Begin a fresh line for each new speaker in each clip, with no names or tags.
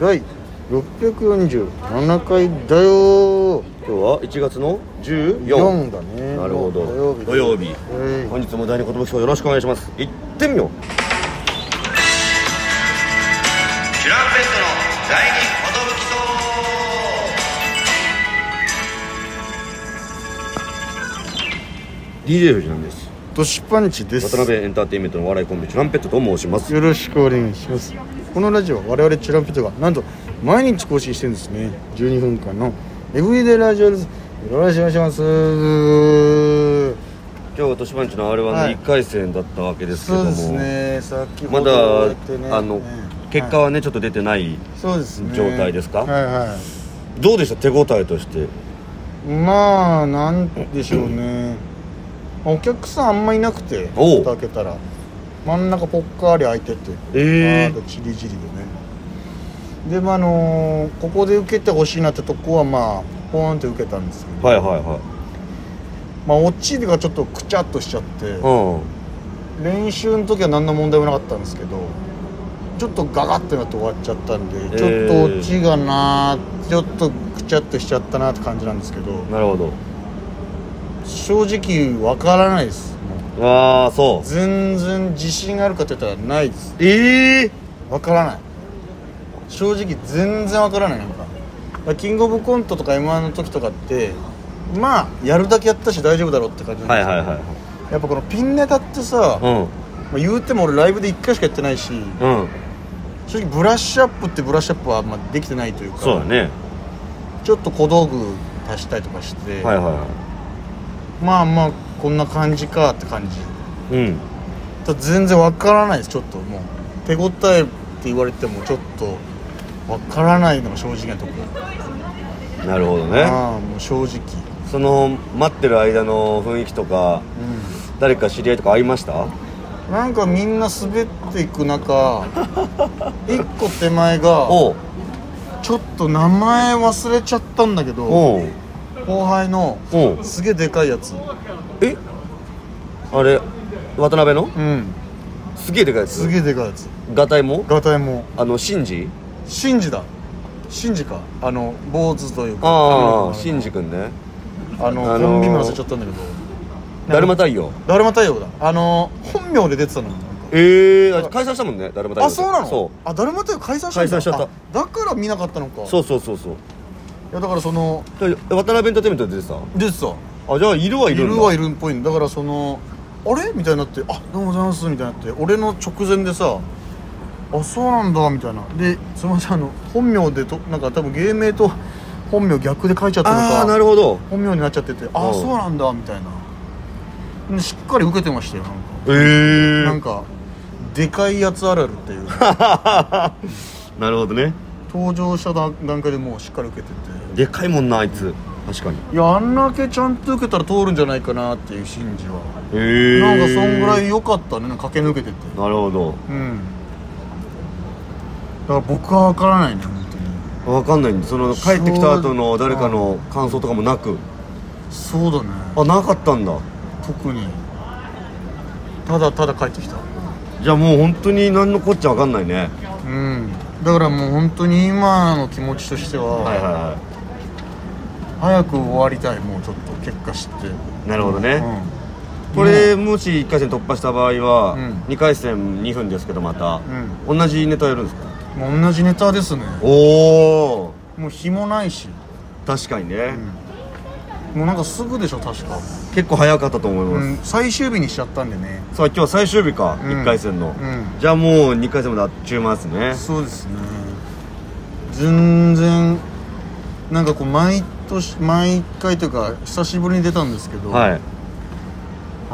第647回だよ
今日は1月の14
4だね
なるほど
土曜日
土曜日
えい
本日も第二言武賞よろしくお願いします行ってみよう
キュランペットの第二
DJ 藤なんです
ドシパンチです
渡辺エンターテインメントのお笑いコンビチュランペットと申します
よろしくお願いしますこのラジオは我々チュランペットがなんと毎日更新してるんですね12分間のエブリデイラジオですよろしくお願いします
今日は年番地の R1 の
はい
1回戦だったわけですけ
そ
ど
う
も、
ですねさっき
ま
ほ
だ、
ど終わってね
あの、
ね
結果はねちょっと出てない
そうですね
状態ですか
はいは
どうでした手応えとして
いまあなんでしょうねお客さんあんまいなくて
おう
蓋開けたら真ん中ぽっかり開いてて
ええ
あとチリチリでねでまああのーここで受けてほしいなってとこはまあポーンって受けたんですけど、
はいはいは
まあ落ちがちょっとくちゃっとしちゃって
い
練習の時は何の問題もなかったんですけどちょっとガガってなって終わっちゃったんで、
えー
ちょっと落ちがなちょっとくちゃっとしちゃったなって感じなんですけど
うんなるほど
正直わからないです
ああそう
全然自信があるかって言ったらないです
ええ
わからない正直全然わからないなんかだからキングオブコントとか m 1の時とかってまあやるだけやったし大丈夫だろうって感じなん
は
で
い
すけど
はいはい
やっぱこのピンネタってさ、ま
は
あ、言うても俺ライブで1回しかやってないし
いうんうん
正直ブラッシュアップってブラッシュアップはあんまできてないというか
そうだね
ちょっと小道具足したりとかして、
はいはいは
まあまあこんな感じかって感じ
いうん
ただ全然わからないですちょっともう手応えって言われてもちょっとわからないのが正直なところ
なるほどね
ああもう正直
その待ってる間の雰囲気とか誰か知り合いとか会いました
なんかみんな滑っていく中一個手前が
おう
ちょっと名前忘れちゃったんだけど
おう
後輩の
おう
すげえでかいやつ
えあれ渡辺の
うん
すげえでかいや
す
つ
げえでかいやつ
ガタイも
ガタイも
あのシンジ
シンジだシンジかあの坊主というか
ああシ
髪
ン
の
ジ君ね
毛のあの、
あのー
コンビ名忘れちゃったんだけど
だるま太陽
だるま太陽だあのー本名で出てたのよなんか
ええ解散したもんねだるま太陽
あそうなの
そ
あだるま太陽解散したんだ
解散しちゃった
あだから見なかったのか
う
う
そうそうそうそう
いやだからその
だ渡辺エンターテインメントで出てた
出てた
あじゃあいるはい
い
るんだ
るはいるっぽいんだからそのあれみたいになって「あどうもございます」みたいになって俺の直前でさ「あそうなんだ」みたいなですみませんあの本名でとなんか多分芸名と本名逆で書いちゃったの
あ
か
あなるほど
本名になっちゃってて「あ
うん
そうなんだ」みたいなでしっかり受けてましたよなんか、
ええ
なんかでかいやつあるあるっ ていう
なるほどね
登場した段階でもうしっかり受けてて
でかいもんなあいつ確かに
いやあんだけちゃんと受けたら通るんじゃないかなっていう信じは、
ええ
なんかそんぐらい良かったねなんか駆け抜けてて
なるほど
うんだから僕は分からないね本当に
わかんないその帰ってきた後の誰かの感想とかもなく
そうだね
あなかったんだ
特にただただ帰ってきた
じゃあもう本当に何のこっちゃわかんないね
うんだからもう本当に今の気持ちとしては、
はいはいは
早く終わりたいもうちょっと結果知って
いなるほどね、
う
これもし1回戦突破した場合は、
うん
2回戦2分ですけどまた、同じネタやるんですか
んもう同じネタですね
おお
もう日もないし
確かにね、
もうなんかすぐでしょ確か、
結構早かったと思います、
うん、最終日にしちゃったんでね
さあ今日は最終日か、
うん
1回戦の、
ん
じゃあもう2回戦まであっちゅう間ですね
そうですね全然なんかこう毎年毎回というか久しぶりに出たんですけど、
はい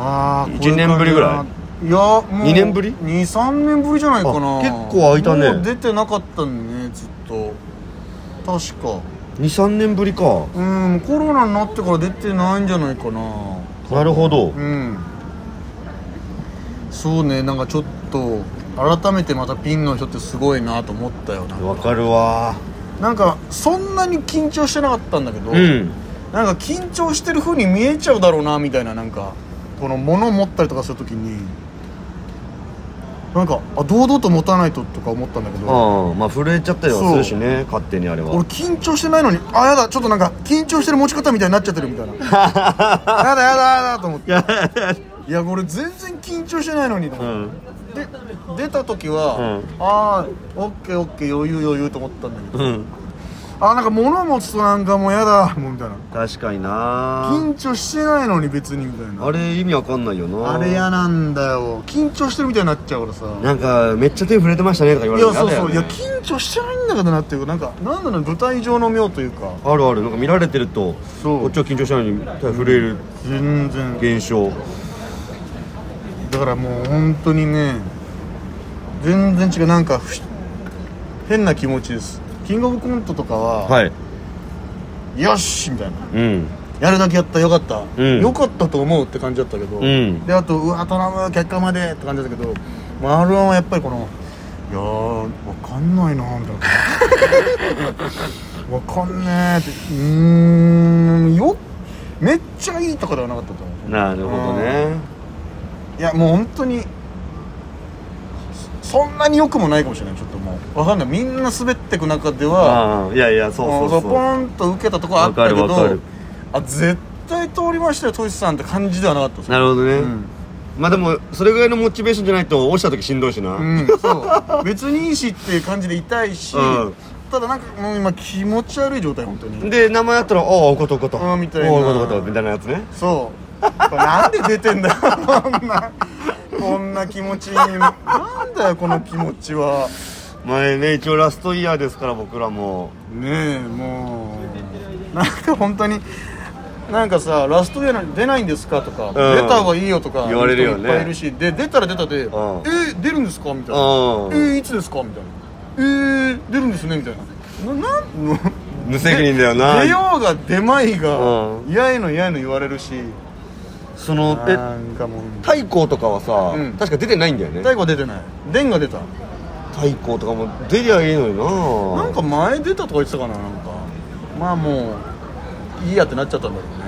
ああ
一年ぶりぐら
いいやもう
二年ぶり
23年ぶりじゃないかな
あ結構空いたね
もう出てなかったんでねずっと確か
23年ぶりか
うんコロナになってから出てないんじゃないかな
なるほ
う
ど
んそうねなんかちょっと改めてまたピンの人ってすごいなと思ったよな
わかるわ
なんかそんなに緊張してなかったんだけど、
うん
なんか緊張してる風に見えちゃうだろうなみたいななんかこの物を持ったりとかするときになんかあ堂々と持たないととか思ったんだけど
ああまあ震えちゃったりはするしね勝手にあれは
俺緊張してないのにあやだちょっとなんか緊張してる持ち方みたいになっちゃってるみたいなやだやだやだと思っ ていや俺全然緊張してないのにと
う
思って、
ん
で出た時は、
う
ああオッケーオッケー余裕余裕と思ったんだけど、
うん
あーなんか物持つとなんかもうやだもうみたいな
確かにな
緊張してないのに別にみたいな
あれ意味わかんないよな
あれ嫌なんだよ緊張してるみたいになっちゃうからさ
なんかめっちゃ手触れてましたねとか言わ
い
れ
や
て
そうそう、いや
嫌だよね
緊張してないんだけどなっていうなんかなんだろう舞台上の妙というか
あるあるなんか見られてると
そう
こっちは緊張しないのに手触れる
全然
現象
だからもう本当にね全然違うなんかふ変な気持ちですキングオブコントとかは、
はい
よしみたいな
うん
やるだけやったよかった、
うん
よかったと思うって感じだったけど、
うん
であとうわ頼む結果までって感じだったけどマルオンはやっぱりこのいやーわかんないなみたいな わかんねえってうーんよめっちゃいいとかではなかったと思う
なるほどね
いやもう本当にそそんなに良くもないかもしれないちょっともうわかんないみんな滑ってく中では
ああいやいやそう
もう
そう
そ
そう
ポンと受けたとこあったけど
わかるわかる
あ絶対通りましたよトシさんって感じではなかったです
なるほどね、
うん
まあでもそれぐらいのモチベーションじゃないと落ちた時しんどいしな、
うん、そう別にいいしっていう感じで痛いし、
うん
ただなんかもう今気持ち悪い状態本当に
で名前やったら「ああおことおこと」
ああみたいな
おおことおこと」みたいなやつね
そうこれなんで出てんだよこんなこんな気持ちなんだよこの気持ちは
前ね一応ラストイヤーですから僕らも
ねえもうなんか本当になんかさラストイヤーなのに出ないんですかとか、出た方がいいよとか
言われるよね
人いっぱいいるしで出たら出たで、えー出るんですかみたいな、
うん
えーいつですかみたいなえー出るんですねみたいなな なん
無責任だよな
出ようが出まいが、
うん
やいのやいの言われるし
そのえ
なんかもう
太鼓とかはさ、
うん
確か出てないんだよね
太鼓は出てない電が出た
太鼓とかも出りゃいいのにな
なんか前出たとか言ってたかななんかまあもういいやってなっちゃったんだろうね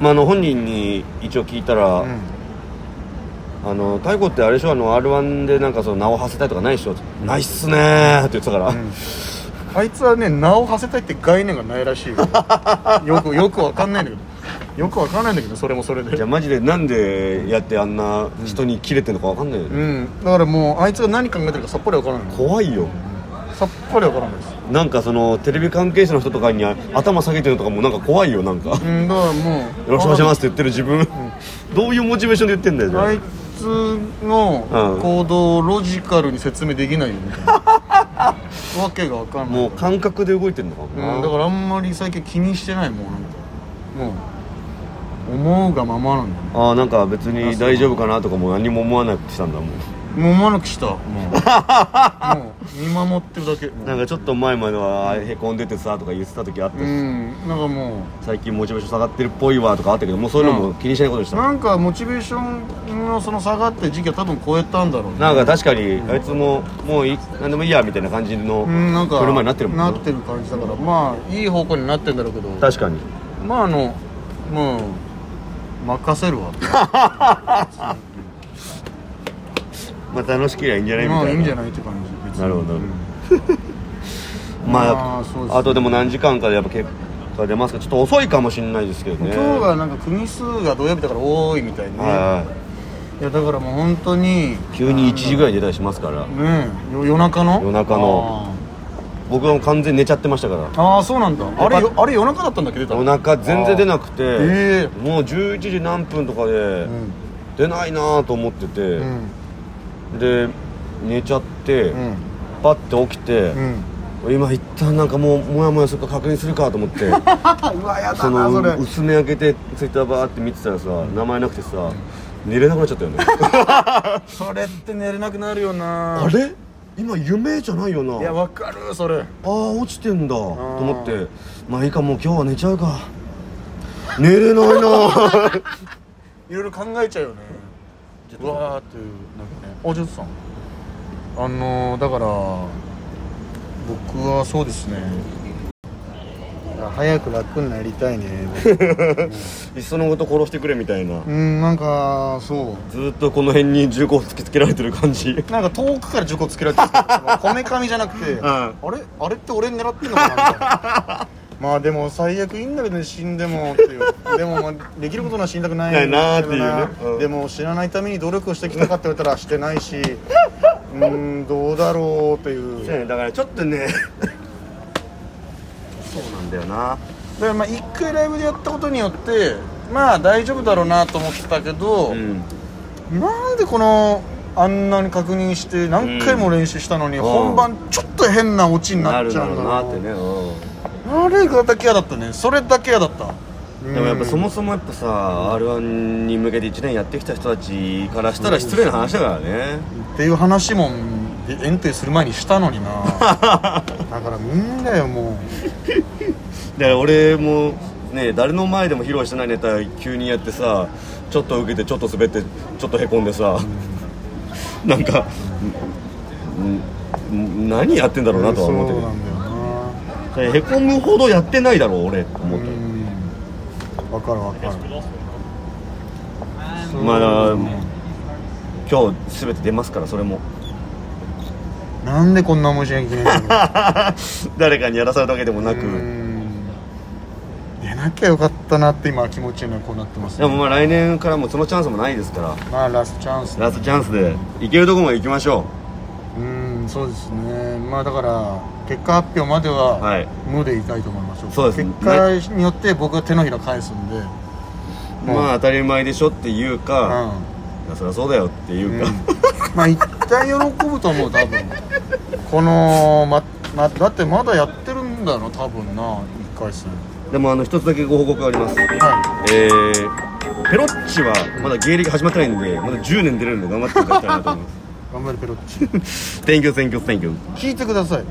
まあ、あの本人に一応聞いたら、
うん
あの太鼓ってあれでしょあの r 1でなんかその名を馳せたいとかないでしょないっすねーって言ってたから、
んあいつはね名を馳せたいって概念がないらしいよ よくよくわかんないんだけどよくわかんないんだけどそれもそれで
じゃあマジでなんでやってあんな人にキレてんのかわかんないよ
う
ね、
んだからもうあいつが何考えてるかさっぱりわからない
怖いよ
さっぱりわからないです
なんかそのテレビ関係者の人とかに頭下げてるのとかもなんか怖いよなんか「よ
うんだからもうよ
ろしくお願いします」って言ってる自分、どういうモチベーションで言ってんだよじゃあ、
あいつの
うん
行動をロジカルに説明できないよみ たいなわけがわかんない
もう感覚で動いてんのかもな、
うん、だからあんまり最近気にしてないもうなんかもう思うがままなんだね
ああなんか別に大丈夫かなとかも何も思わなくてしたんだもう
もう思わなくしたもうも う見守ってるだけもう
なんかちょっと前まではあへこんでてさとか言ってた時あったし、
うんなんかも
最近モチベーション下がってるっぽいわとかあったけどもうそういうのも気にしないことにし
う
た、
なんかモチベーションのその下がって時期は多分超えたんだろうね
なんか確かにあいつももうい何でもいいやみたいな感じの
うんなんか
車になってるもん
な
な
ってる感じだからまあいい方向になってんだろうけど
確かに
まああのもう任せるわ
まあ楽しけりゃいいんじゃないみ
ま
た
あ
いない
いんじゃないって感じ別に
なる ほどなるほどま
ま
あ
あそうですね
あとでも何時間かでやっぱ結果出ますかちょっと遅いかもしれないですけど
うん
ね
今日がなんか組数が土曜日だから多いみたいね
はい
やだからもう本当に
急に1時ぐらいに出たりしますから
ねえよ夜中の
夜中の僕はもう完全に寝ちゃってましたから
あーあーそうなんだあれよあれ夜中だったんだっけ出た
お
の
腹全然出なくて、
え
もう11時何分とかで
うん
出ないなと思ってて、
うん
で寝ちゃって、
うん
パッて起きて、
うん
今一旦なんかもうモヤモヤするか確認するかと思っ て
あうわやだ
そ
な
の
それ
薄め開けてツイッターバーって見てたらさ名前なくてさ寝れなくなっちゃった よね
それって寝れなくなるよな
あれ今夢じゃないよない
やわかるそれ
ああ落ちてんだと思ってまあいいかもう今日は寝ちゃうか寝れないな
いろいろ考えちゃうよねうわーっていうなんかねあジョーズさんあのー、だから僕はそうですねあか早く楽になりたいね
いっそのこと殺してくれみたいな、
うんなんかそ
ずーっとこの辺に銃口を突きつけられてる感じ
うなんか遠くから銃口つけられてたこめかみじゃなくて、
ん
あれあれって俺狙ってんのかなみたいなまあでも最悪いいんだけどね死んでもっていうでも、まあ、できることなら死にたくないんだけど
ないなーっていうねうん
でも知らないために努力をしてきたかって言われたらしてないしうーんどうだろうっていう
そうやねだからちょっとねそうなんだよな
だからまあ一回ライブでやったことによってまあ大丈夫だろうなと思ってたけど、
うん
なんでこのあんなに確認して何回も練習したのに、
うん
本番ちょっと変なオチに
な
なっ
る
ちゃ
だ
う
ろ
ん
う
だ
なってね、うん
あれがだけ嫌だったねそれだけ嫌だった
でもやっぱそ
の
もそもやっぱさ r 1に向けて1年やってきた人たちからしたら失礼な話だからね
っていう話もエントリーする前にしたのに なだからみんなよも
だから俺もね誰の前でも披露してないネタ急にやってさちょっと受けてちょっと滑ってちょっとへこんでさなんかんん何やってんだ
う
ろうなとは思
そう
っ
なんだよな
てるへこむほどやってないだろう俺と思って
うんわかるわかる
まあ今日全て出ますからそれも
なんでこんな面白いきないん だろ
誰かにやらされたわけでもな
う
く
うん出なきゃよかったなって今気持ちにはこうなってます
で
ね
もまあ来年からもそのチャンスもないですから
まあラストチャンス
ラストチャンスで行けるとこまで行きましょ
うんそうですねまあだから結果発表までは、
はい
無でいたいと思いましょう
そうですね
結果によって僕は手のひら返すんで
う、まあ当たり前でしょっていう
う
か、
ん
いやそりゃそうだよっていうか、
まあ一旦喜ぶと思う多分このままだってまだやってるんだろ多分な1回戦
でもあの一つだけご報告があります、
は
えー、ペロッチはまだ芸歴始まってないんでまだ10年出れるんで頑張っていただきたいなと思いま
い頑張れペロッチ
す Thank you, thank you, thank you
聞いてください